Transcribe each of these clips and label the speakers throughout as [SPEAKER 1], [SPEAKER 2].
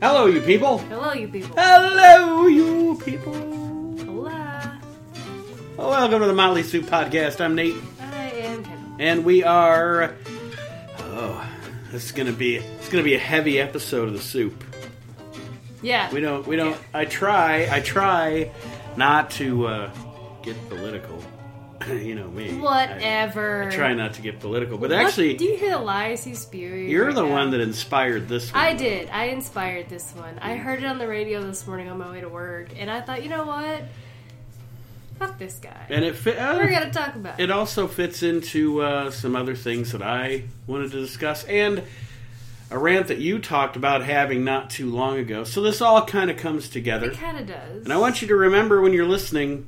[SPEAKER 1] Hello, you people.
[SPEAKER 2] Hello, you people.
[SPEAKER 1] Hello, you people. Oh,
[SPEAKER 2] Hola.
[SPEAKER 1] Welcome to the Motley Soup Podcast. I'm Nate,
[SPEAKER 2] I am Kendall.
[SPEAKER 1] and we are. Oh, this is gonna be it's gonna be a heavy episode of the soup.
[SPEAKER 2] Yeah.
[SPEAKER 1] We don't we don't. I try I try not to uh, get political. you know me. I,
[SPEAKER 2] Whatever.
[SPEAKER 1] I try not to get political, but
[SPEAKER 2] What-
[SPEAKER 1] actually,
[SPEAKER 2] do you hear the lies he's spewing?
[SPEAKER 1] you're
[SPEAKER 2] right
[SPEAKER 1] the
[SPEAKER 2] now?
[SPEAKER 1] one that inspired this. One.
[SPEAKER 2] I did. I inspired this one. I heard it on the radio this morning on my way to work, and I thought, you know what? Fuck this guy.
[SPEAKER 1] and it fit.
[SPEAKER 2] We're gonna talk about
[SPEAKER 1] It
[SPEAKER 2] it.
[SPEAKER 1] also fits into uh, some other things that I wanted to discuss and a rant that you talked about having not too long ago. So this all kind of comes together.
[SPEAKER 2] It kind of does.
[SPEAKER 1] And I want you to remember when you're listening,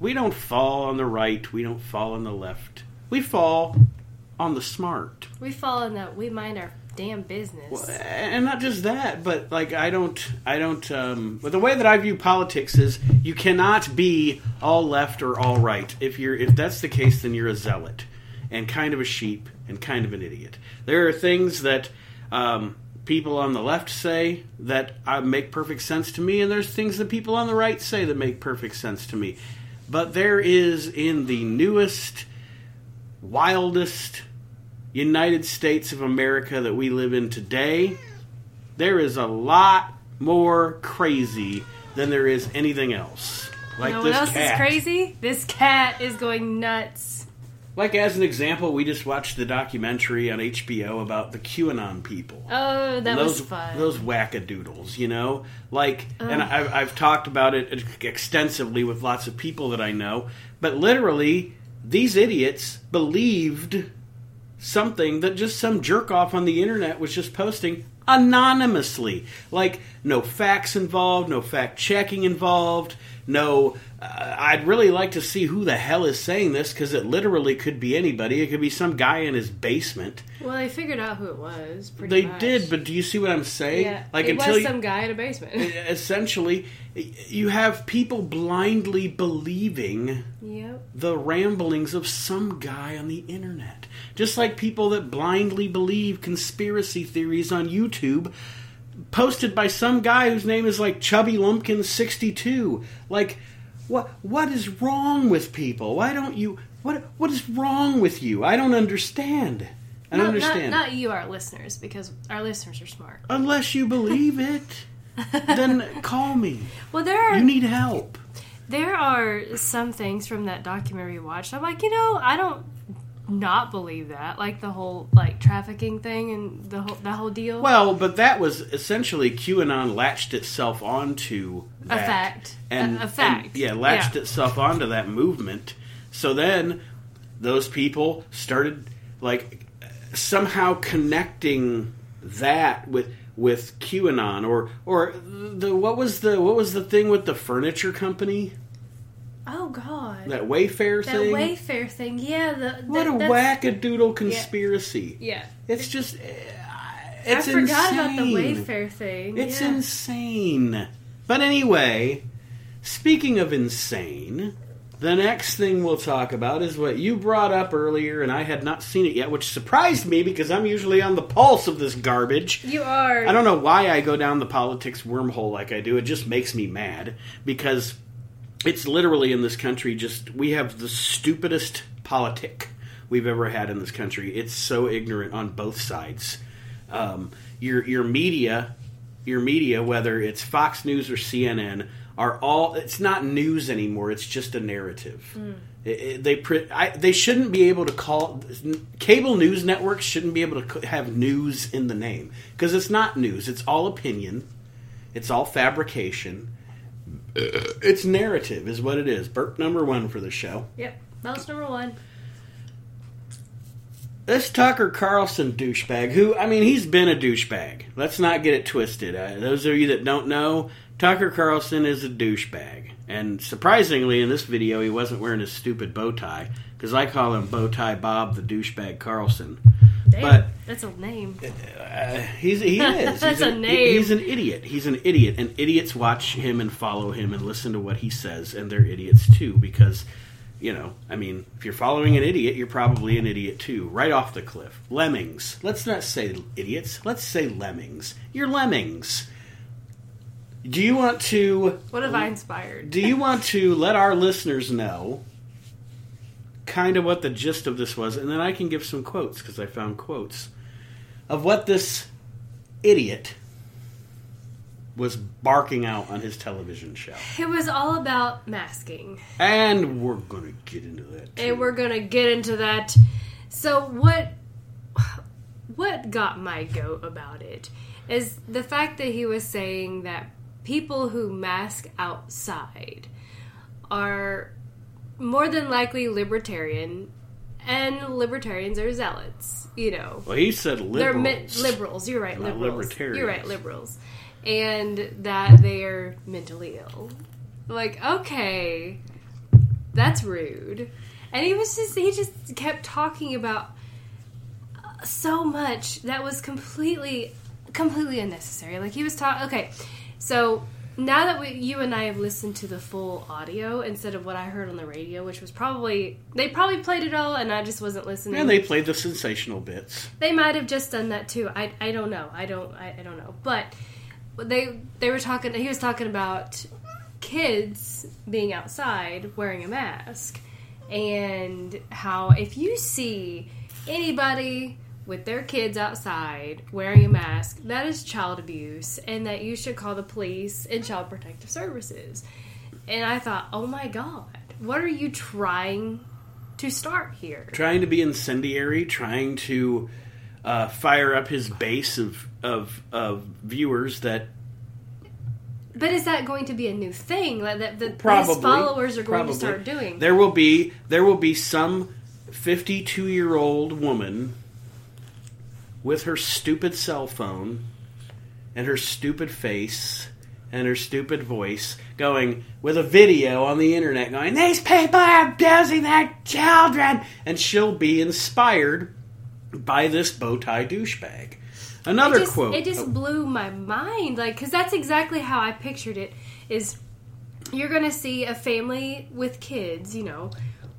[SPEAKER 1] we don't fall on the right, we don't fall on the left. We fall on the smart.
[SPEAKER 2] we fall in that. We mind our damn business.
[SPEAKER 1] Well, and not just that, but like I don't, I don't. Um, but the way that I view politics is, you cannot be all left or all right. If you're, if that's the case, then you're a zealot, and kind of a sheep, and kind of an idiot. There are things that um, people on the left say that uh, make perfect sense to me, and there's things that people on the right say that make perfect sense to me. But there is in the newest, wildest United States of America that we live in today, there is a lot more crazy than there is anything else. Like
[SPEAKER 2] you know what
[SPEAKER 1] this
[SPEAKER 2] else
[SPEAKER 1] cat.
[SPEAKER 2] is crazy? This cat is going nuts.
[SPEAKER 1] Like as an example, we just watched the documentary on HBO about the QAnon people.
[SPEAKER 2] Oh, that
[SPEAKER 1] And
[SPEAKER 2] was
[SPEAKER 1] those,
[SPEAKER 2] fun. Oh.
[SPEAKER 1] Those wackadoodles, you know, like, and I've, I've talked about it extensively with lots of people that I know. But literally, these idiots believed something that just some jerk off on the internet was just posting anonymously. Like, no facts involved, no fact checking involved, no. Uh, I'd really like to see who the hell is saying this because it literally could be anybody. It could be some guy in his basement.
[SPEAKER 2] well, they figured out who it was. Pretty
[SPEAKER 1] They
[SPEAKER 2] much.
[SPEAKER 1] did, but do you see what I'm saying?
[SPEAKER 2] Yeah,
[SPEAKER 1] Like
[SPEAKER 2] it
[SPEAKER 1] until
[SPEAKER 2] was
[SPEAKER 1] you,
[SPEAKER 2] some guy in a basement.
[SPEAKER 1] essentially, you have people blindly believing
[SPEAKER 2] yep.
[SPEAKER 1] the ramblings of some guy on the internet, just like people that blindly believe conspiracy theories on YouTube. Posted by some guy whose name is like Chubby Lumpkin sixty two. Like, what what is wrong with people? Why don't you? What what is wrong with you? I don't understand. I don't
[SPEAKER 2] No,
[SPEAKER 1] understand.
[SPEAKER 2] Not, not you, our listeners, because our listeners are smart.
[SPEAKER 1] Unless you believe it, then call me.
[SPEAKER 2] Well, there are
[SPEAKER 1] You need help.
[SPEAKER 2] there are some things from that documentary we watched. I'm like, you know, I don't not believe that. Like the whole like trafficking thing and the whole that whole deal.
[SPEAKER 1] Well, but that was essentially QAnon latched itself onto
[SPEAKER 2] a
[SPEAKER 1] that.
[SPEAKER 2] fact.
[SPEAKER 1] And,
[SPEAKER 2] a, a fact.
[SPEAKER 1] and, yeah, latched
[SPEAKER 2] Yeah.
[SPEAKER 1] itself onto that movement. So then those people started like somehow connecting that with with QAnon or or the what was the what was the thing with the furniture company?
[SPEAKER 2] Oh God. That,
[SPEAKER 1] That Wayfair thing?
[SPEAKER 2] Wayfair thing. Yeah. The,
[SPEAKER 1] what
[SPEAKER 2] that-
[SPEAKER 1] a
[SPEAKER 2] that's-
[SPEAKER 1] wackadoodle conspiracy.
[SPEAKER 2] Yeah.
[SPEAKER 1] It's just. uh, It's
[SPEAKER 2] I forgot about the
[SPEAKER 1] insane.
[SPEAKER 2] Wayfair thing.
[SPEAKER 1] It's
[SPEAKER 2] yeah.
[SPEAKER 1] insane. But anyway, speaking of insane, the next thing we'll talk about is what you brought up earlier, and I had not seen it yet, which surprised me because I'm usually on the pulse of this garbage.
[SPEAKER 2] You are.
[SPEAKER 1] I don't know why I go down the politics wormhole like I do. It just makes me mad because it's literally in this country just we have the stupidest politic we've ever had in this country. It's so ignorant on both sides. Um, your your media, your media, whether it's Fox News or CNN, are all. It's not news anymore. It's just a narrative. It- it- they pre- I, they shouldn't be able to call cable news networks shouldn't be able to c- have news in the name because it's not news. It's all opinion. It's all fabrication. It's narrative, is what it is. Burp number one for the show.
[SPEAKER 2] Yep. That was number one.
[SPEAKER 1] This Tucker Carlson douchebag, who, I mean, he's been a douchebag. Let's not get it twisted. Uh, those of you that don't know, Tucker Carlson is a douchebag. And surprisingly, in this video, he wasn't wearing his stupid bow tie, because I call him Bow Tie Bob the douchebag Carlson.
[SPEAKER 2] Damn.
[SPEAKER 1] But-
[SPEAKER 2] that's a name.
[SPEAKER 1] Uh, He's he is.
[SPEAKER 2] That's
[SPEAKER 1] he's an,
[SPEAKER 2] a name.
[SPEAKER 1] He's an idiot. He's an idiot, and idiots watch him and follow him and listen to what he says, and they're idiots too because. You know, I mean, if you're following an idiot, you're probably an idiot too, right off the cliff. Lemmings. Let's not say idiots. Let's say lemmings. You're lemmings. Do you want to
[SPEAKER 2] What have I inspired?
[SPEAKER 1] do you want to let our listeners know kind of what the gist of this was, and then I can give some quotes because I found quotes of what this idiot was barking out on his television show.
[SPEAKER 2] It was all about masking.
[SPEAKER 1] And we're gonna get into that. Too.
[SPEAKER 2] And we're gonna get into that. So what what got my goat about it is the fact that he was saying that people who mask outside are more than likely libertarian and libertarians are zealots, you know.
[SPEAKER 1] well, he said
[SPEAKER 2] They're
[SPEAKER 1] liberals.
[SPEAKER 2] mi- liberals, you're right,
[SPEAKER 1] Not
[SPEAKER 2] liberals. You're right,
[SPEAKER 1] libertarians.
[SPEAKER 2] liberals. And that they're mentally ill. Like, okay, that's rude. And he was just, he just kept talking about uh, so much that was completely, completely unnecessary. Like, he was talking, okay, so now that we, you and I have listened to the full audio instead of what I heard on the radio, which was probably, they probably played it all and I just wasn't listening
[SPEAKER 1] and they played the sensational bits.
[SPEAKER 2] they might have just done that too. I, I don't know. I don't I, I don't know. But they they were talking. He was talking about kids being outside wearing a mask and how if you see anybody with their kids outside wearing a mask, that is child abuse, and that you should call the police and child protective services. And I thought, oh my god, what are you trying to start here?
[SPEAKER 1] trying to be incendiary, trying to uh, fire up his base of, of of viewers that
[SPEAKER 2] But is that going to be a new thing like, that, that
[SPEAKER 1] probably
[SPEAKER 2] his followers are going
[SPEAKER 1] probably.
[SPEAKER 2] to start doing?
[SPEAKER 1] There will be there will be some fifty two year old woman with her stupid cell phone and her stupid face and her stupid voice going with a video on the internet going these people are abusing their children and she'll be inspired by this bow tie douchebag another
[SPEAKER 2] it just,
[SPEAKER 1] quote
[SPEAKER 2] It just blew my mind, like because that's exactly how I pictured it. Is you're going to see a family with kids, you know,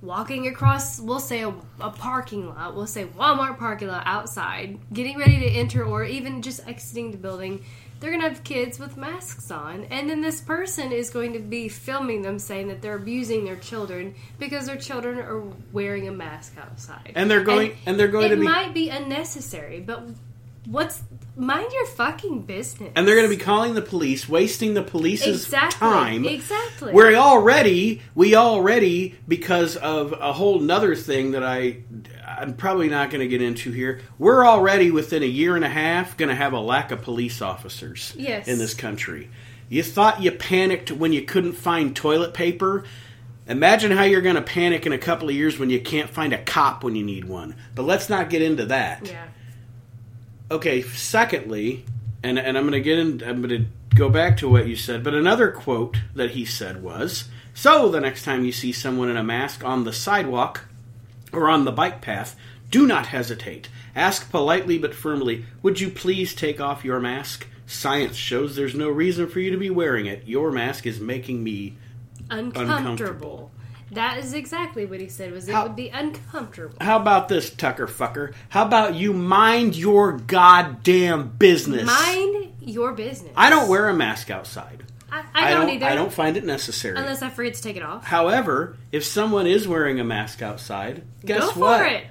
[SPEAKER 2] walking across, we'll say a, a parking lot, we'll say Walmart parking lot outside, getting ready to enter or even just exiting the building. They're going to have kids with masks on, and then this person is going to be filming them saying that they're abusing their children because their children are wearing a mask outside.
[SPEAKER 1] And they're going- and they're going
[SPEAKER 2] it
[SPEAKER 1] to be-
[SPEAKER 2] might be unnecessary, but What's mind your fucking business?
[SPEAKER 1] and they're going to be calling the police wasting the police's
[SPEAKER 2] exactly
[SPEAKER 1] time
[SPEAKER 2] Exactly.
[SPEAKER 1] We're already, we already, because of a whole nother thing that I, I'm probably not going to get into here. We're already within a year and a half going to have a lack of police officers
[SPEAKER 2] Yes.
[SPEAKER 1] in this country. You thought you panicked when you couldn't find toilet paper. Imagine how you're going to panic in a couple of years when you can't find a cop when you need one. But let's not get into that
[SPEAKER 2] yeah.
[SPEAKER 1] okay secondly and and i'm gonna get in i'm gonna go back to what you said but another quote that he said was so the next time you see someone in a mask on the sidewalk or on the bike path do not hesitate ask politely but firmly would you please take off your mask science shows there's no reason for you to be wearing it your mask is making me
[SPEAKER 2] Uncomfortable.
[SPEAKER 1] Uncomfortable.
[SPEAKER 2] That is exactly what he said. Was it
[SPEAKER 1] How-
[SPEAKER 2] would be uncomfortable.
[SPEAKER 1] how about this tucker fucker how about you mind your goddamn business
[SPEAKER 2] Mind your business.
[SPEAKER 1] i don't wear a mask outside
[SPEAKER 2] I, I don't, either.
[SPEAKER 1] I don't find it necessary.
[SPEAKER 2] unless I forget to take it off.
[SPEAKER 1] However, if someone is wearing a mask outside, guess
[SPEAKER 2] Go for
[SPEAKER 1] what?
[SPEAKER 2] it.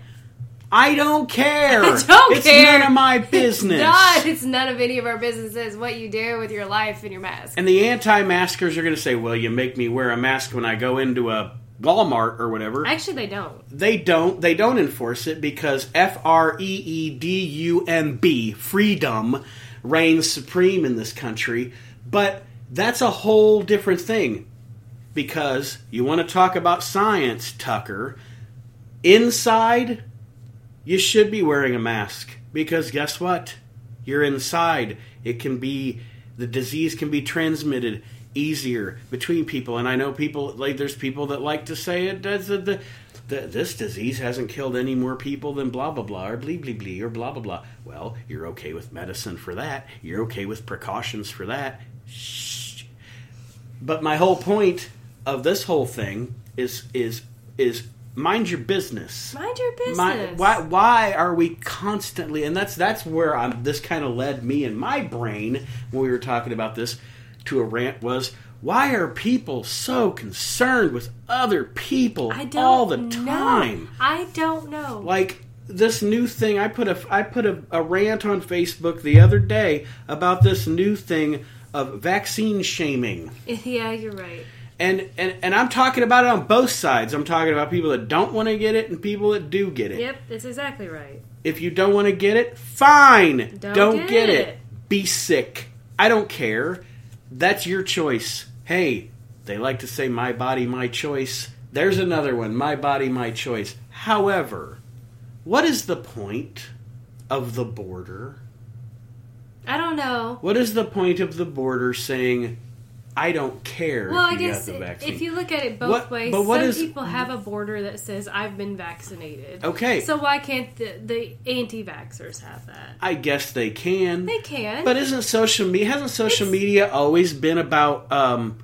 [SPEAKER 1] I don't care.
[SPEAKER 2] I don't
[SPEAKER 1] it's
[SPEAKER 2] care.
[SPEAKER 1] none of my business.
[SPEAKER 2] It's not. It's none of any of our businesses. What you do with your life and your mask.
[SPEAKER 1] And the anti-maskers are going to say, "Well, you make me wear a mask when I go into a Walmart or whatever."
[SPEAKER 2] Actually, they don't.
[SPEAKER 1] they don't. They don't enforce it because F R E E D U M B freedom reigns supreme in this country. But that's a whole different thing because you want to talk about science, Tucker. Inside, you should be wearing a mask because guess what? You're inside. It can be the disease can be transmitted easier between people, and I know people like there's people that like to say it does the. the that this disease hasn't killed any more people than blah blah blah or blee blee blee or blah blah blah. Well, you're okay with medicine for that. You're okay with precautions for that. Shh. But my whole point of this whole thing is is is mind your business.
[SPEAKER 2] Mind your business.
[SPEAKER 1] My, why why are we constantly and that's that's where I'm this kind of led me in my brain when we were talking about this to a rant was, "Why are people so concerned with other people
[SPEAKER 2] I don't
[SPEAKER 1] all the
[SPEAKER 2] know.
[SPEAKER 1] time?"
[SPEAKER 2] I don't know.
[SPEAKER 1] Like this new thing, I put a I put a, a rant on Facebook the other day about this new thing of vaccine shaming.
[SPEAKER 2] yeah, you're right.
[SPEAKER 1] And, and and I'm talking about it on both sides. I'm talking about people that don't want to get it and people that do get it.
[SPEAKER 2] Yep, that's exactly right.
[SPEAKER 1] If you don't want to get it, fine.
[SPEAKER 2] Don't
[SPEAKER 1] Don't,
[SPEAKER 2] get
[SPEAKER 1] get,
[SPEAKER 2] it.
[SPEAKER 1] it. Be sick. I don't care. That's your choice. Hey, they like to say my body, my choice. There's another one, my body, my choice. However, what is the point of the border?
[SPEAKER 2] I don't know.
[SPEAKER 1] What is the point of the border saying I don't care
[SPEAKER 2] Well, I
[SPEAKER 1] if you
[SPEAKER 2] guess
[SPEAKER 1] got the vaccine?
[SPEAKER 2] if you look at it both
[SPEAKER 1] What-
[SPEAKER 2] ways,
[SPEAKER 1] but what
[SPEAKER 2] some
[SPEAKER 1] is-
[SPEAKER 2] people have a border that says "I've been vaccinated."
[SPEAKER 1] okay.
[SPEAKER 2] So why can't the, the anti-vaxxers have that?
[SPEAKER 1] I guess they can.
[SPEAKER 2] They can.
[SPEAKER 1] But isn't social media hasn't social
[SPEAKER 2] It's-
[SPEAKER 1] media always been about um,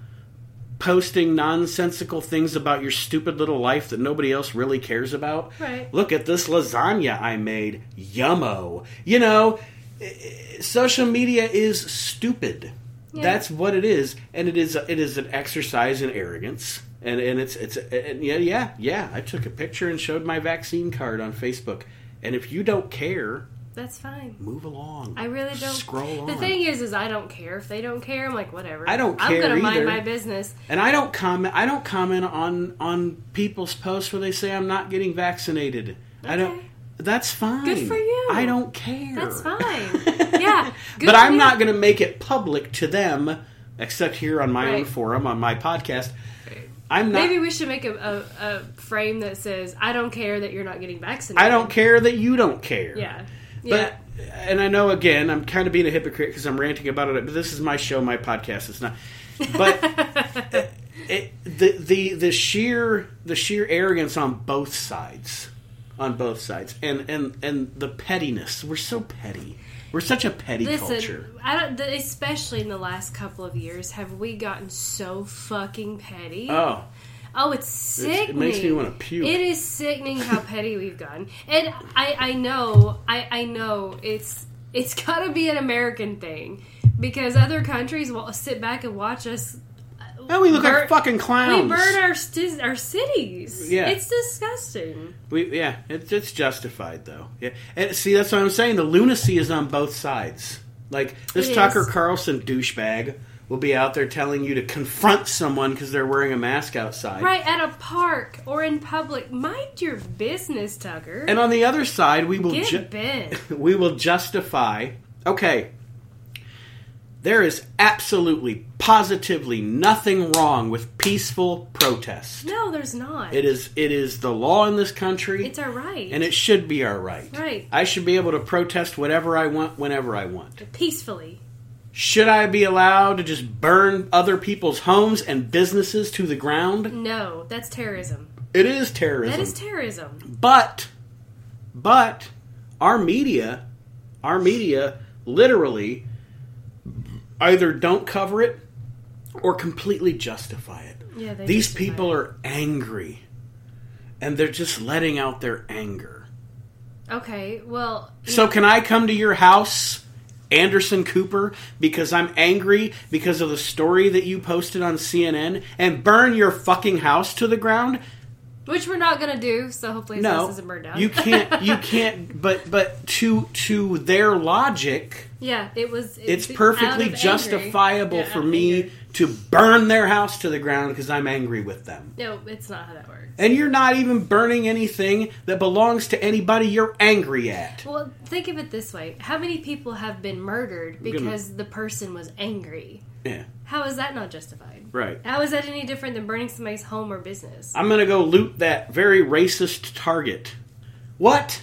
[SPEAKER 1] posting nonsensical things about your stupid little life that nobody else really cares about?
[SPEAKER 2] Right.
[SPEAKER 1] Look at this lasagna I made, yummo. You know, eh, eh, social media is stupid.
[SPEAKER 2] Yeah.
[SPEAKER 1] That's what it is, and it is it is an exercise in arrogance. And, and it's it's and yeah yeah yeah. I took a picture and showed my vaccine card on Facebook. And if you don't care,
[SPEAKER 2] That's fine.
[SPEAKER 1] move along.
[SPEAKER 2] I really don't.
[SPEAKER 1] scroll on.
[SPEAKER 2] The thing is, is I don't care if they don't care. I'm like, whatever.
[SPEAKER 1] I don't
[SPEAKER 2] I'm
[SPEAKER 1] care
[SPEAKER 2] gonna mind
[SPEAKER 1] either.
[SPEAKER 2] my business.
[SPEAKER 1] and I don't comment. I don't comment on on people's posts where they say I'm not getting vaccinated. I don't.
[SPEAKER 2] Okay.
[SPEAKER 1] That's fine.
[SPEAKER 2] Good for you.
[SPEAKER 1] I don't care.
[SPEAKER 2] That's fine. Yeah, good
[SPEAKER 1] but
[SPEAKER 2] for
[SPEAKER 1] I'm
[SPEAKER 2] you.
[SPEAKER 1] not going to make it public to them, except here on my own
[SPEAKER 2] Right.
[SPEAKER 1] forum on my podcast. I'm not.
[SPEAKER 2] Maybe we should make a, a, a frame that says, "I don't care that you're not getting vaccinated."
[SPEAKER 1] I don't care that you don't care.
[SPEAKER 2] Yeah.
[SPEAKER 1] But
[SPEAKER 2] Yeah.
[SPEAKER 1] and I know again I'm kind of being a hypocrite because I'm ranting about it. But this is my show, my podcast. It's not. But it, the the the sheer the sheer arrogance on both sides, on both sides, and and and the pettiness. We're so petty. We're such a petty culture.
[SPEAKER 2] Listen, I don't, th- especially in the last couple of years, have we gotten so fucking petty?
[SPEAKER 1] Oh,
[SPEAKER 2] oh, it's
[SPEAKER 1] it's-
[SPEAKER 2] sickening.
[SPEAKER 1] it makes me want to puke.
[SPEAKER 2] It is sickening how petty we've gotten, and I, I know, I, I know it's it's gotta be an American thing because other countries will sit back and watch us.
[SPEAKER 1] Oh, we look
[SPEAKER 2] Bur-
[SPEAKER 1] like fucking
[SPEAKER 2] We
[SPEAKER 1] clowns.
[SPEAKER 2] burn our sti- our cities.
[SPEAKER 1] Yeah.
[SPEAKER 2] it's disgusting.
[SPEAKER 1] We- yeah, it's it's justified though. Yeah, and see that's what I'm saying. The lunacy is on both sides. Like this
[SPEAKER 2] It
[SPEAKER 1] Tucker
[SPEAKER 2] is.
[SPEAKER 1] Carlson douchebag will be out there telling you to confront someone because they're wearing a mask outside.
[SPEAKER 2] Right at a park or in public, mind your business, Tucker.
[SPEAKER 1] And oh, on the other side, we will
[SPEAKER 2] Get
[SPEAKER 1] ju-
[SPEAKER 2] bent.
[SPEAKER 1] we will justify. Okay, there is absolutely, positively nothing wrong with peaceful protest.
[SPEAKER 2] No, there's not.
[SPEAKER 1] It is it is the law in this country.
[SPEAKER 2] It's our right.
[SPEAKER 1] and it should be our right.
[SPEAKER 2] Right.
[SPEAKER 1] I should be able to protest whatever I want, whenever I want.
[SPEAKER 2] peacefully.
[SPEAKER 1] Should I be allowed to just burn other people's homes and businesses to the ground?
[SPEAKER 2] No, that's terrorism.
[SPEAKER 1] It is terrorism.
[SPEAKER 2] That is terrorism.
[SPEAKER 1] but, but, our media, our media literally either don't cover it or completely justify it.
[SPEAKER 2] Yeah, they
[SPEAKER 1] These
[SPEAKER 2] justify
[SPEAKER 1] people
[SPEAKER 2] it.
[SPEAKER 1] are angry and they're just letting out their anger.
[SPEAKER 2] Okay, well,
[SPEAKER 1] So can I come to your house, Anderson Cooper, because I'm angry because of the story that you posted on CNN and burn your fucking house to the ground?
[SPEAKER 2] which we're not gonna do. So hopefully, his house
[SPEAKER 1] No.
[SPEAKER 2] isn't burned down.
[SPEAKER 1] You can't you can't but but to to their logic,
[SPEAKER 2] yeah, it was. it-
[SPEAKER 1] it's
[SPEAKER 2] out
[SPEAKER 1] perfectly
[SPEAKER 2] of anger.
[SPEAKER 1] justifiable
[SPEAKER 2] Yeah, out
[SPEAKER 1] for
[SPEAKER 2] of
[SPEAKER 1] me
[SPEAKER 2] anger.
[SPEAKER 1] to burn their house to the ground because I'm angry with them.
[SPEAKER 2] No, it's not how that works.
[SPEAKER 1] And you're not even burning anything that belongs to anybody you're angry at.
[SPEAKER 2] Well, think of it this way: How many people have been murdered
[SPEAKER 1] gonna-
[SPEAKER 2] because the person was angry?
[SPEAKER 1] Yeah.
[SPEAKER 2] How is that not justified?
[SPEAKER 1] Right.
[SPEAKER 2] How is that any different than burning somebody's home or business?
[SPEAKER 1] I'm gonna go loot that very racist target. What?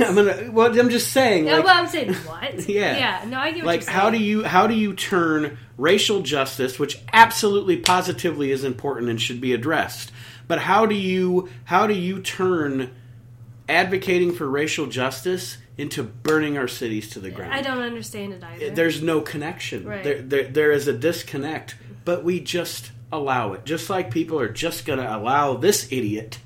[SPEAKER 1] I'm gonna. Well, I'm just saying.
[SPEAKER 2] Yeah,
[SPEAKER 1] Like,
[SPEAKER 2] well, I'm saying what?
[SPEAKER 1] Yeah.
[SPEAKER 2] yeah. No, I get what
[SPEAKER 1] like
[SPEAKER 2] you're
[SPEAKER 1] how do
[SPEAKER 2] saying.
[SPEAKER 1] you how do you turn racial justice, which absolutely positively is important and should be addressed, but how do you how do you turn advocating for racial justice into burning our cities to the ground?
[SPEAKER 2] I don't understand it either.
[SPEAKER 1] there's no connection.
[SPEAKER 2] Right.
[SPEAKER 1] There, there, there is a disconnect, but we just allow it. Just like people are just going to allow this idiot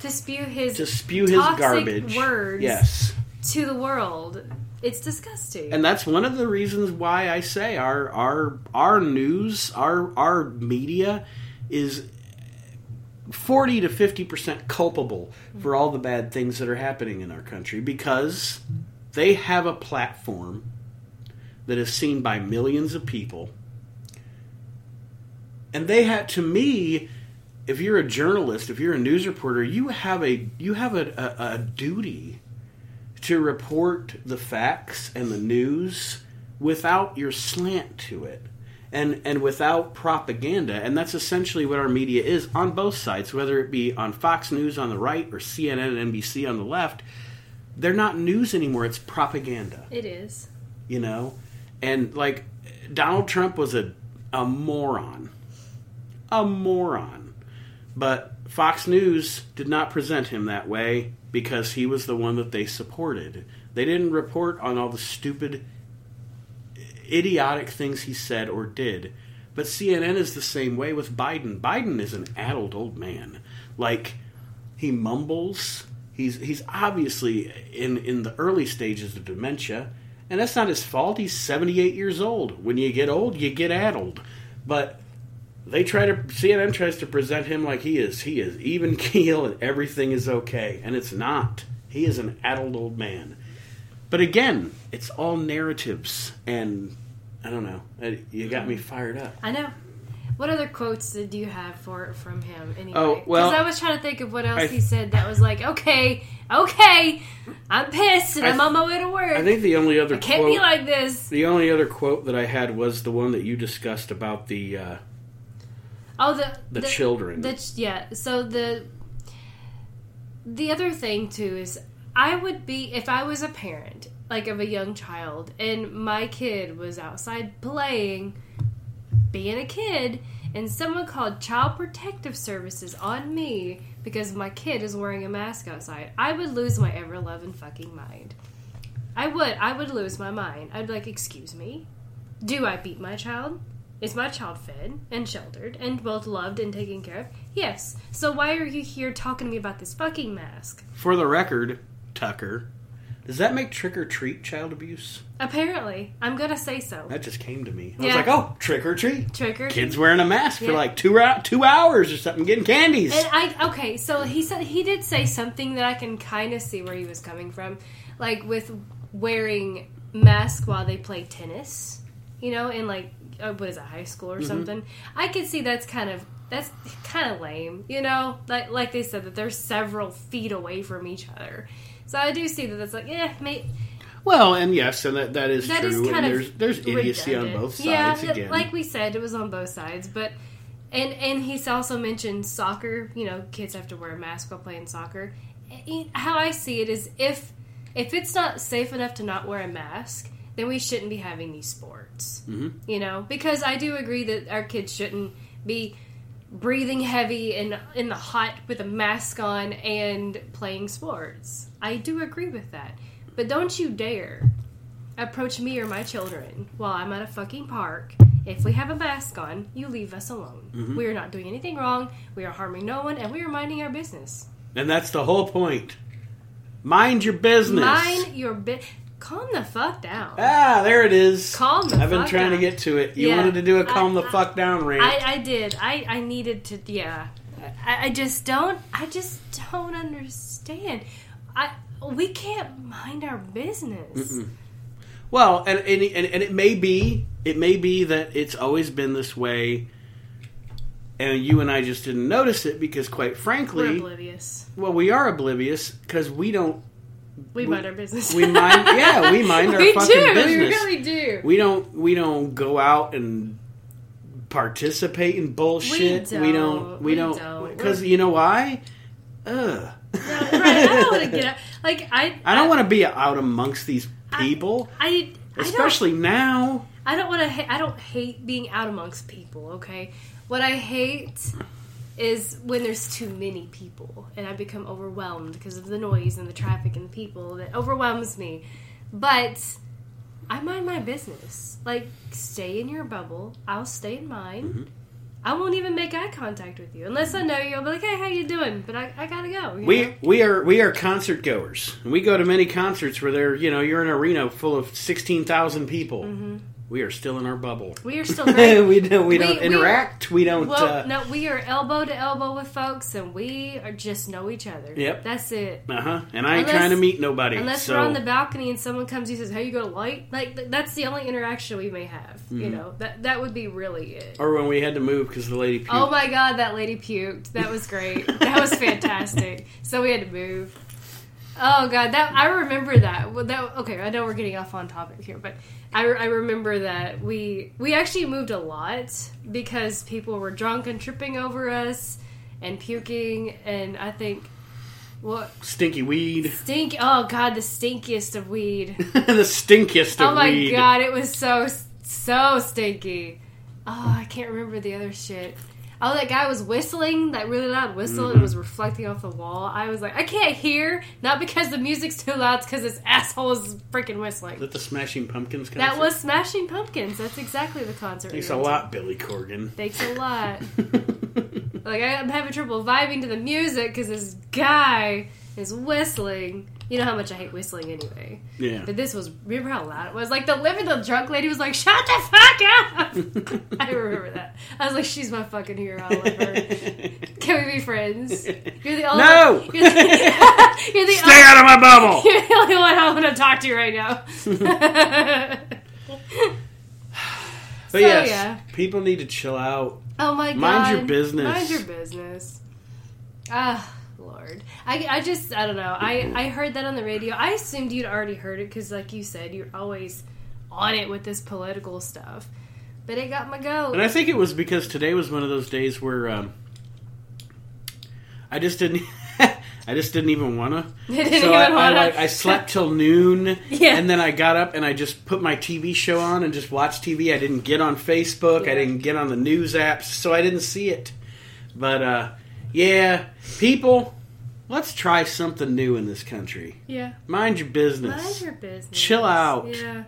[SPEAKER 2] to spew his
[SPEAKER 1] to spew his
[SPEAKER 2] Toxic
[SPEAKER 1] garbage.
[SPEAKER 2] words.
[SPEAKER 1] Yes.
[SPEAKER 2] to the world It's disgusting.
[SPEAKER 1] And that's one of the reasons why I say our our our news, our our media is 40 to 50% culpable for all the bad things that are happening in our country because they have a platform that is seen by millions of people. And they had to me if you're a journalist, if you're a news reporter, you have a you have a, a, a duty to report the facts and the news without your slant to it and and without propaganda and that's essentially what our media is on both sides whether it be on Fox News on the right or CNN and NBC on the left they're not news anymore it's propaganda
[SPEAKER 2] it is.
[SPEAKER 1] you know and like Donald Trump was a a moron a moron but Fox News did not present him that way because he was the one that they supported. They didn't report on all the stupid, idiotic things he said or did. But CNN is the same way with Biden. Biden is an addled old man. Like, he mumbles. He's, he's obviously in, in the early stages of dementia. And that's not his fault. He's 78 years old. When you get old, you get addled. But they try to CNN tries to present him like he is. He is even keel and everything is okay, and it's not. He is an addled old man. But again, it's all narratives, and I don't know. Uh, You got me fired up.
[SPEAKER 2] I know. What other quotes did you have for from him anyway?
[SPEAKER 1] Oh, well,
[SPEAKER 2] I was trying to think of what else
[SPEAKER 1] I-
[SPEAKER 2] he said that was like, okay, okay, I'm pissed and
[SPEAKER 1] I
[SPEAKER 2] I, am on my way to work.
[SPEAKER 1] I think the only other
[SPEAKER 2] I can't
[SPEAKER 1] quote,
[SPEAKER 2] be like this.
[SPEAKER 1] the only other quote that I had was the one that you discussed about the uh,
[SPEAKER 2] Oh, the
[SPEAKER 1] the, children.
[SPEAKER 2] The, ch- yeah. So the the other thing too is I would be if I was a parent like of a young child and my kid was outside playing, being a kid, and someone called Child Protective Services on me because my kid is wearing a mask outside. I would lose my ever loving fucking mind. I would. I would lose my mind. I'd be like, excuse me, do I beat my child? Is my child fed and sheltered and well loved and taken care of? Yes. So why are you here talking to me about this fucking mask?
[SPEAKER 1] For the record, Tucker, does that make trick or treat child abuse?
[SPEAKER 2] Apparently, I'm gonna say so.
[SPEAKER 1] That just came to me. I
[SPEAKER 2] Yeah.
[SPEAKER 1] was like, oh, trick or treat.
[SPEAKER 2] Trigger.
[SPEAKER 1] kids wearing a mask
[SPEAKER 2] Yeah.
[SPEAKER 1] for like two rou- two hours or something, getting candies.
[SPEAKER 2] And I okay, so he said he did say something that I can kind of see where he was coming from, like with wearing mask while they play tennis, you know, in like uh, what is it, high school or something. I could see that's kind of that's kind of lame, you know, like like they said that they're several feet away from each other. So I do see that that's like eh, yeah, mate,
[SPEAKER 1] well, and yes, and that that is
[SPEAKER 2] that
[SPEAKER 1] true.
[SPEAKER 2] is
[SPEAKER 1] and
[SPEAKER 2] kind of
[SPEAKER 1] there's there's idiocy
[SPEAKER 2] redundant.
[SPEAKER 1] on both sides
[SPEAKER 2] Yeah, that-
[SPEAKER 1] again.
[SPEAKER 2] like we said, it was on both sides, but. And, and he's also mentioned soccer. You know, kids have to wear a mask while playing soccer. And How I see it is, if if it's not safe enough to not wear a mask, then we shouldn't be having these sports.
[SPEAKER 1] Mhm.
[SPEAKER 2] You know, because I do agree that our kids shouldn't be breathing heavy and in the hot with a mask on and playing sports. I do agree with that, but don't you dare approach me or my children while I'm at a fucking park. If we have a mask on, you leave us alone.
[SPEAKER 1] Mm-hmm.
[SPEAKER 2] We are not doing anything wrong. We are harming no one, and we are minding our business.
[SPEAKER 1] and that's the whole point. Mind your business.
[SPEAKER 2] Mind your bit. Calm the fuck down.
[SPEAKER 1] Ah, there it is.
[SPEAKER 2] Calm the
[SPEAKER 1] I've been
[SPEAKER 2] fuck
[SPEAKER 1] trying to
[SPEAKER 2] down.
[SPEAKER 1] get to it. You
[SPEAKER 2] Yeah.
[SPEAKER 1] wanted to do a calm
[SPEAKER 2] I-
[SPEAKER 1] the fuck down rant.
[SPEAKER 2] I, I did. I, I needed to. Yeah. I, I just don't. I just don't understand. I we can't mind our business.
[SPEAKER 1] Well, and, and and and it may be it may be that it's always been this way, and you and I just didn't notice it because, quite
[SPEAKER 2] We're
[SPEAKER 1] frankly,
[SPEAKER 2] oblivious.
[SPEAKER 1] well, we are oblivious because we don't
[SPEAKER 2] We,
[SPEAKER 1] We-
[SPEAKER 2] mind our business.
[SPEAKER 1] we mind- yeah, we mind our
[SPEAKER 2] We
[SPEAKER 1] fucking
[SPEAKER 2] do. We
[SPEAKER 1] business.
[SPEAKER 2] really do.
[SPEAKER 1] We don't we don't go out and participate in bullshit.
[SPEAKER 2] We
[SPEAKER 1] We don't we,
[SPEAKER 2] don't.
[SPEAKER 1] don't
[SPEAKER 2] We don't.
[SPEAKER 1] because you know why? Ugh.
[SPEAKER 2] right. I don't want to get out. Like I.
[SPEAKER 1] I don't want to be out amongst these people,
[SPEAKER 2] I. I don't
[SPEAKER 1] especially now.
[SPEAKER 2] I don't want to. Ha- I don't hate being out amongst people. Okay, what I hate is when there's too many people, and I become overwhelmed because of the noise and the traffic and the people that overwhelms me. But
[SPEAKER 1] Mm-hmm.
[SPEAKER 2] I mind my business. Like, stay in your bubble. I'll stay in mine. I won't even make eye contact with you unless I know you. I'll be like, hey, how you doing? But I, I gotta go. you know?
[SPEAKER 1] We we are we are concert goers. We go to many concerts where they're you know you're in an arena full of sixteen thousand people. We are still in our bubble.
[SPEAKER 2] we are still
[SPEAKER 1] we
[SPEAKER 2] very.
[SPEAKER 1] don't we,
[SPEAKER 2] Mm-hmm. We-
[SPEAKER 1] don't
[SPEAKER 2] we-
[SPEAKER 1] interact. We don't.
[SPEAKER 2] well,
[SPEAKER 1] uh,
[SPEAKER 2] no, we are elbow to elbow with folks, and we are just know each other.
[SPEAKER 1] Yep.
[SPEAKER 2] that's it.
[SPEAKER 1] Uh-huh. And I ain't
[SPEAKER 2] Unless-
[SPEAKER 1] trying to meet nobody.
[SPEAKER 2] Unless
[SPEAKER 1] so
[SPEAKER 2] we're on the balcony and someone comes and says, "Hey, you got a light?" Like th- that's the only interaction we may have.
[SPEAKER 1] Mm-hmm.
[SPEAKER 2] You know that that would be really it.
[SPEAKER 1] or when we had to move because the lady puked.
[SPEAKER 2] Oh my god, that lady puked. That was great. that was fantastic. So we had to move. Oh god, that I remember that. Well, that okay, I know we're getting off on topic here, but I, re- I remember that we we actually moved a lot because people were drunk and tripping over us and puking, and I think what
[SPEAKER 1] Stinky weed.
[SPEAKER 2] stink. Oh god, the stinkiest of weed.
[SPEAKER 1] the stinkiest of
[SPEAKER 2] Oh my
[SPEAKER 1] weed.
[SPEAKER 2] god, it was so so stinky. Oh, I can't remember the other shit. Oh, that guy was whistling that really loud whistle
[SPEAKER 1] Mm-hmm.
[SPEAKER 2] and was reflecting off the wall. I was like, I can't hear, not because the music's too loud, it's because this asshole is freaking
[SPEAKER 1] Is
[SPEAKER 2] whistling.
[SPEAKER 1] that the Smashing Pumpkins concert?
[SPEAKER 2] That was Smashing Pumpkins. That's exactly the concert. we
[SPEAKER 1] Thanks a
[SPEAKER 2] went to.
[SPEAKER 1] lot, Billy Corgan.
[SPEAKER 2] Thanks a lot. like I- I'm having trouble vibing to the music because this guy is whistling. You know how much I hate whistling anyway.
[SPEAKER 1] yeah.
[SPEAKER 2] But this was remember how loud it was? Like the living the drunk lady was like, "Shut the fuck up!" I remember that. I was like, "She's my fucking hero. I love her. Can we be friends?" You're the only
[SPEAKER 1] No!
[SPEAKER 2] You're the, you're the
[SPEAKER 1] Stay
[SPEAKER 2] only,
[SPEAKER 1] out of my bubble.
[SPEAKER 2] you're the only one I want to talk to right now.
[SPEAKER 1] But yes,
[SPEAKER 2] yeah.
[SPEAKER 1] people need to chill out.
[SPEAKER 2] oh my god!
[SPEAKER 1] Mind your business.
[SPEAKER 2] Mind your business. Ah, Lord. I, I just I don't know. I I heard that on the radio. I assumed you'd already heard it because, like you said, you're always on it with this political stuff. But it got my goat.
[SPEAKER 1] And I think it was because today was one of those days where um, I just didn't. I just didn't even wanna.
[SPEAKER 2] Didn't
[SPEAKER 1] so
[SPEAKER 2] even
[SPEAKER 1] I, I,
[SPEAKER 2] wanna.
[SPEAKER 1] like, I slept till noon,
[SPEAKER 2] Yeah.
[SPEAKER 1] and then I got up and I just put my TV show on and just watched TV. I didn't get on Facebook. I
[SPEAKER 2] Yeah.
[SPEAKER 1] didn't get on the news apps, so I didn't see it. But uh, yeah, people, let's try something new in this country.
[SPEAKER 2] yeah.
[SPEAKER 1] Mind your business.
[SPEAKER 2] Mind your business.
[SPEAKER 1] Chill out.
[SPEAKER 2] Yeah.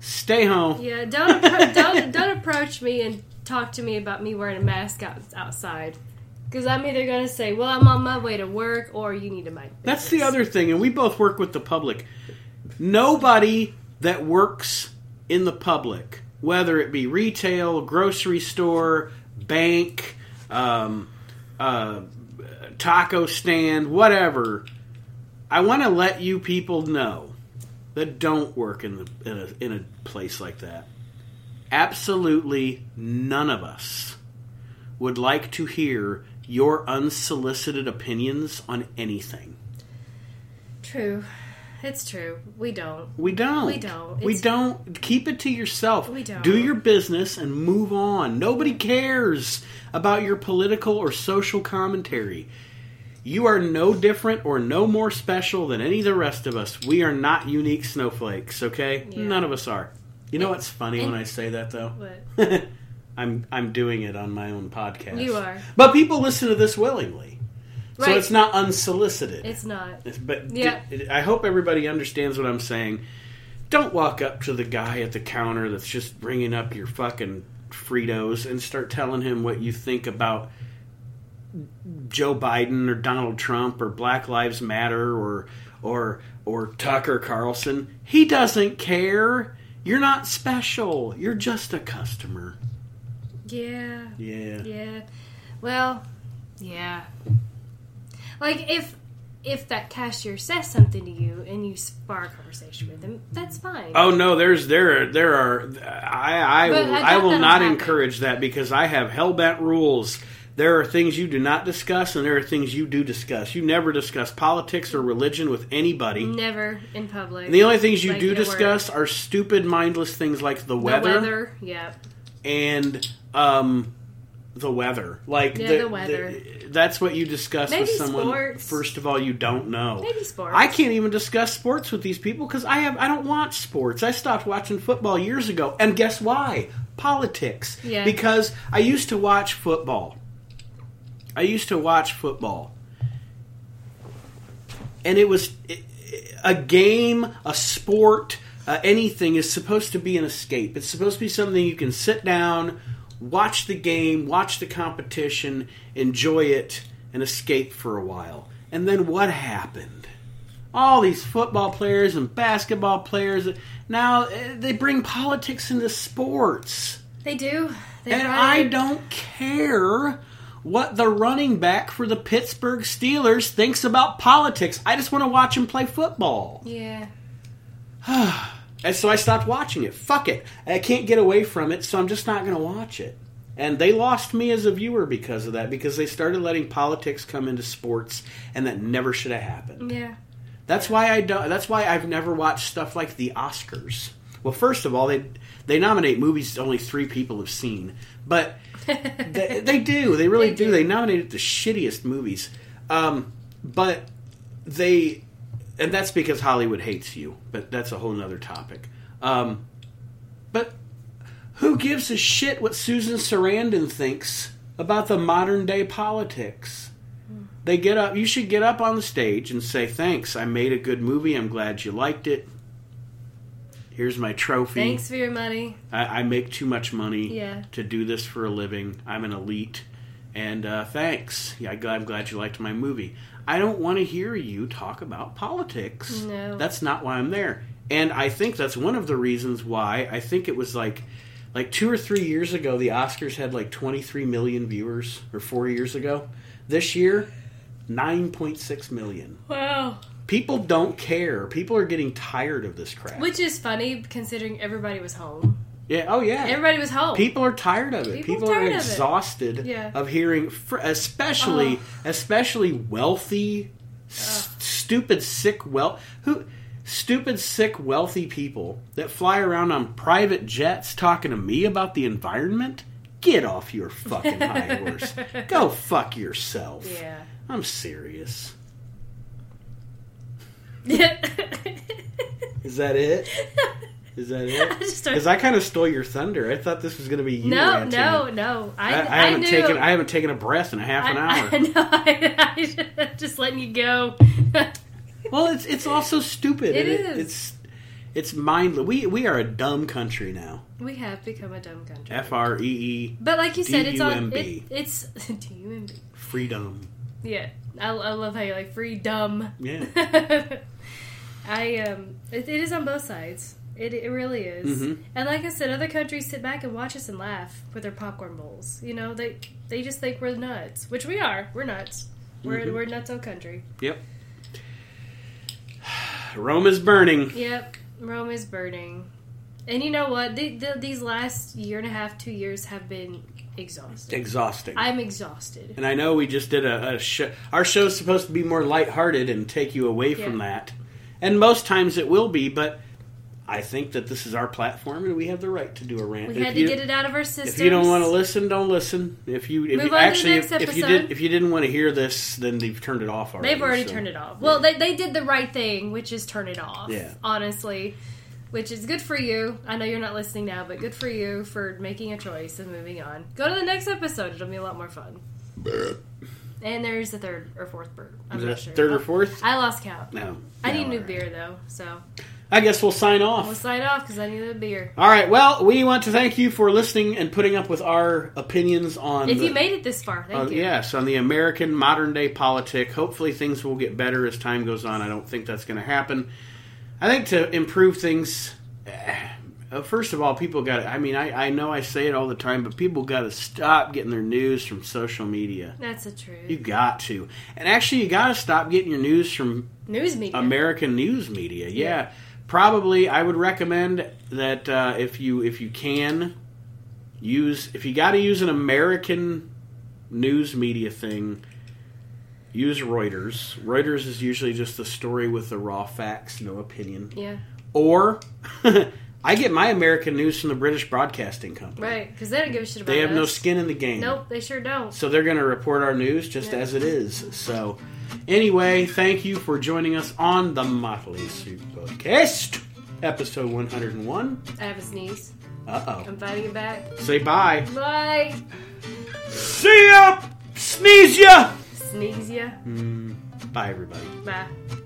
[SPEAKER 1] Stay home.
[SPEAKER 2] Yeah. Don't appro- don't don't approach me and talk to me about me wearing a mask out- outside. Because I'm either going to say, well, I'm on my way to work, or you need to mind. your
[SPEAKER 1] That's the
[SPEAKER 2] business.
[SPEAKER 1] other thing, and we both work with the public. Nobody that works in the public, whether it be retail, grocery store, bank, um, uh, taco stand, whatever, I want to let you people know that don't work in the in a, in a place like that. Absolutely none of us would like to hear your unsolicited opinions on anything.
[SPEAKER 2] True. It's true. We don't.
[SPEAKER 1] We don't.
[SPEAKER 2] We don't.
[SPEAKER 1] We
[SPEAKER 2] It's-
[SPEAKER 1] don't. Keep it to yourself.
[SPEAKER 2] We don't.
[SPEAKER 1] Do your business and move on. Nobody cares about your political or social commentary. You are no different or no more special than any of the rest of us. We are not unique snowflakes, okay?
[SPEAKER 2] Yeah.
[SPEAKER 1] None of us are. You know what's funny when
[SPEAKER 2] and-
[SPEAKER 1] I say that though?
[SPEAKER 2] But
[SPEAKER 1] I'm I'm doing it on my own podcast.
[SPEAKER 2] You are.
[SPEAKER 1] But people listen to this willingly. So
[SPEAKER 2] Right.
[SPEAKER 1] it's not unsolicited.
[SPEAKER 2] it's not.
[SPEAKER 1] It's- But
[SPEAKER 2] Yeah.
[SPEAKER 1] d- I hope everybody understands what I'm saying. Don't walk up to the guy at the counter that's just bringing up your fucking Fritos and start telling him what you think about Joe Biden or Donald Trump or Black Lives Matter or or or Tucker Carlson. He doesn't care. You're not special. You're just a customer.
[SPEAKER 2] Yeah.
[SPEAKER 1] Yeah.
[SPEAKER 2] Yeah. Well, yeah. Like if if that cashier says something to you and you spark a conversation with them, that's fine.
[SPEAKER 1] Oh no, there's there are- there are I I
[SPEAKER 2] But
[SPEAKER 1] will,
[SPEAKER 2] I
[SPEAKER 1] I
[SPEAKER 2] thought
[SPEAKER 1] will not
[SPEAKER 2] that was happening.
[SPEAKER 1] encourage that because I have hellbent rules. There are things you do not discuss, and there are things you do discuss. You never discuss politics or religion with anybody.
[SPEAKER 2] Never in public.
[SPEAKER 1] And the only things you
[SPEAKER 2] Mm, Like
[SPEAKER 1] do
[SPEAKER 2] at work.
[SPEAKER 1] discuss are stupid, mindless things like the
[SPEAKER 2] The
[SPEAKER 1] weather,
[SPEAKER 2] Yeah.
[SPEAKER 1] and um, the weather. Like
[SPEAKER 2] Yeah, the weather.
[SPEAKER 1] that's what you discuss with
[SPEAKER 2] Maybe
[SPEAKER 1] someone.
[SPEAKER 2] sports.
[SPEAKER 1] First of all, you don't know.
[SPEAKER 2] Maybe sports.
[SPEAKER 1] I can't even discuss sports with these people because I have I don't watch sports. I stopped watching football years ago, and guess why? Politics.
[SPEAKER 2] Yeah.
[SPEAKER 1] Because I used to watch football. I used to watch football, and it was it- a game, a sport, uh, anything is supposed to be an escape. It's supposed to be something you can sit down, watch the game, watch the competition, enjoy it, and escape for a while. And then what happened? All these football players and basketball players now eh, they bring politics into sports.
[SPEAKER 2] They do. They
[SPEAKER 1] And
[SPEAKER 2] try.
[SPEAKER 1] I don't care what the running back for the Pittsburgh Steelers thinks about politics. I just want to watch him play football.
[SPEAKER 2] Yeah.
[SPEAKER 1] And so I stopped watching it. Fuck it. I can't get away from it, so I'm just not going to watch it. And they lost me as a viewer because of that, because they started letting politics come into sports, and that never should have happened.
[SPEAKER 2] Yeah.
[SPEAKER 1] That's why I don't. That's why I've never watched stuff like the Oscars. Well, first of all, they they nominate movies only three people have seen, but they, they do. They really
[SPEAKER 2] They
[SPEAKER 1] do.
[SPEAKER 2] do.
[SPEAKER 1] They nominated the shittiest movies, um, but they and that's because Hollywood hates you. But that's a whole nother topic. Um, but who gives a shit what Susan Sarandon thinks about the modern day politics? They get up. You should get up on the stage and say, "Thanks, I made a good movie. I'm glad you liked it. Here's my trophy.
[SPEAKER 2] Thanks for your money.
[SPEAKER 1] I, I make too much money
[SPEAKER 2] Yeah.
[SPEAKER 1] to do this for a living. I'm an elite, and uh, thanks. Yeah, I- I'm glad you liked my movie. I don't want to hear you talk about politics.
[SPEAKER 2] No.
[SPEAKER 1] that's not why I'm there. And I think that's one of the reasons why. I think it was like, like two or three years ago, the Oscars had like 23 million viewers, or four years ago. This year, 9.6 million.
[SPEAKER 2] Wow.
[SPEAKER 1] People don't care. People are getting tired of this crap.
[SPEAKER 2] Which is funny considering everybody was home.
[SPEAKER 1] yeah. Oh yeah.
[SPEAKER 2] Everybody was home.
[SPEAKER 1] People are tired of it.
[SPEAKER 2] People
[SPEAKER 1] People,
[SPEAKER 2] are
[SPEAKER 1] are
[SPEAKER 2] tired of it.
[SPEAKER 1] exhausted of,
[SPEAKER 2] Yeah.
[SPEAKER 1] hearing, fr- especially
[SPEAKER 2] Ugh.
[SPEAKER 1] especially wealthy, s- stupid, sick, well who, stupid, sick, wealthy people that fly around on private jets talking to me about the environment. Get off your fucking high horse. Go fuck yourself.
[SPEAKER 2] Yeah.
[SPEAKER 1] I'm serious.
[SPEAKER 2] no,
[SPEAKER 1] Is that it? Is that
[SPEAKER 2] I
[SPEAKER 1] it?
[SPEAKER 2] just started-
[SPEAKER 1] Because I kind of stole your thunder. I thought this was going to be you. ranting.
[SPEAKER 2] no, no. I,
[SPEAKER 1] I,
[SPEAKER 2] I,
[SPEAKER 1] I haven't
[SPEAKER 2] knew.
[SPEAKER 1] taken I haven't taken a breath in a half
[SPEAKER 2] I,
[SPEAKER 1] an hour.
[SPEAKER 2] I, know. I, I, just letting you go.
[SPEAKER 1] Well, it's it's also stupid.
[SPEAKER 2] It
[SPEAKER 1] and
[SPEAKER 2] is.
[SPEAKER 1] It's it's mindless. We we are a dumb country now.
[SPEAKER 2] we have become a dumb country.
[SPEAKER 1] F R E E
[SPEAKER 2] But like you said, it's on. It,
[SPEAKER 1] DUMB.
[SPEAKER 2] it's DUMB.
[SPEAKER 1] freedom.
[SPEAKER 2] Yeah, I, I love how you like free dumb.
[SPEAKER 1] Yeah.
[SPEAKER 2] I um, it, it is on both sides. It, it really is.
[SPEAKER 1] Mhm.
[SPEAKER 2] And like I said, other countries sit back and watch us and laugh with their popcorn bowls. You know, they they just think we're nuts, which we are. We're nuts. We're
[SPEAKER 1] Mhm.
[SPEAKER 2] we're nuts on country.
[SPEAKER 1] Yep. Rome is burning.
[SPEAKER 2] Yep, Rome is burning. And you know what? The, the, these last year and a half, two years have been exhausting.
[SPEAKER 1] Exhausting.
[SPEAKER 2] I'm exhausted.
[SPEAKER 1] and I know we just did a, a show. Our show's supposed to be more lighthearted and take you away from
[SPEAKER 2] Yeah.
[SPEAKER 1] that. And most times it will be, but I think that this is our platform and we have the right to do a rant.
[SPEAKER 2] We
[SPEAKER 1] And
[SPEAKER 2] had
[SPEAKER 1] if
[SPEAKER 2] to
[SPEAKER 1] you-
[SPEAKER 2] get it out of our system.
[SPEAKER 1] If you don't want to listen, don't listen. If you if
[SPEAKER 2] Move on to
[SPEAKER 1] you
[SPEAKER 2] the
[SPEAKER 1] actually
[SPEAKER 2] next
[SPEAKER 1] if, if you
[SPEAKER 2] episode.
[SPEAKER 1] did if you didn't want to hear this, then they've turned it off already.
[SPEAKER 2] They've already turned it off. Well, they, they did the right thing, which is turn it off.
[SPEAKER 1] Yeah.
[SPEAKER 2] Honestly, which is good for you. I know you're not listening now, but good for you for making a choice and moving on. Go to the next episode; it'll be a lot more fun. And there's a third or fourth bird. I'm
[SPEAKER 1] Is it
[SPEAKER 2] not sure.
[SPEAKER 1] third or fourth?
[SPEAKER 2] I lost count.
[SPEAKER 1] No.
[SPEAKER 2] I
[SPEAKER 1] No,
[SPEAKER 2] need a new
[SPEAKER 1] alright.
[SPEAKER 2] beer though, so
[SPEAKER 1] I guess we'll sign
[SPEAKER 2] we'll
[SPEAKER 1] off.
[SPEAKER 2] sign off because I need a beer.
[SPEAKER 1] All right. Well, we want to thank you for listening and putting up with our opinions on.
[SPEAKER 2] If
[SPEAKER 1] the,
[SPEAKER 2] you made it this far, thank
[SPEAKER 1] uh,
[SPEAKER 2] you.
[SPEAKER 1] Yes, on the American modern day politic. Hopefully, things will get better as time goes on. I don't think that's going to happen. I think to improve things, eh, uh, first of all, people got to, I mean, I, I know I say it all the time, but people got to stop getting their news from social media.
[SPEAKER 2] That's the
[SPEAKER 1] You
[SPEAKER 2] truth.
[SPEAKER 1] got to. And actually, you got to stop getting your news from
[SPEAKER 2] News media.
[SPEAKER 1] American news media. Yeah,
[SPEAKER 2] Yeah.
[SPEAKER 1] probably. I would recommend that uh, if you if you can use if you got to use an American news media thing, use Reuters. Reuters is usually just the story with the raw facts, no opinion.
[SPEAKER 2] yeah.
[SPEAKER 1] Or I get my American news from the British Broadcasting Company.
[SPEAKER 2] Right, because they don't give a shit about
[SPEAKER 1] They have no
[SPEAKER 2] us.
[SPEAKER 1] skin in the game.
[SPEAKER 2] Nope, they sure don't.
[SPEAKER 1] So they're going to report our news just
[SPEAKER 2] Yeah.
[SPEAKER 1] as it is. So, anyway, thank you for joining us on the Motley Soup Podcast, episode 101.
[SPEAKER 2] I have a sneeze.
[SPEAKER 1] Uh oh.
[SPEAKER 2] I'm fighting it back.
[SPEAKER 1] Say bye.
[SPEAKER 2] Bye.
[SPEAKER 1] See ya! Sneeze ya!
[SPEAKER 2] Sneeze ya.
[SPEAKER 1] Bye, everybody.
[SPEAKER 2] Bye.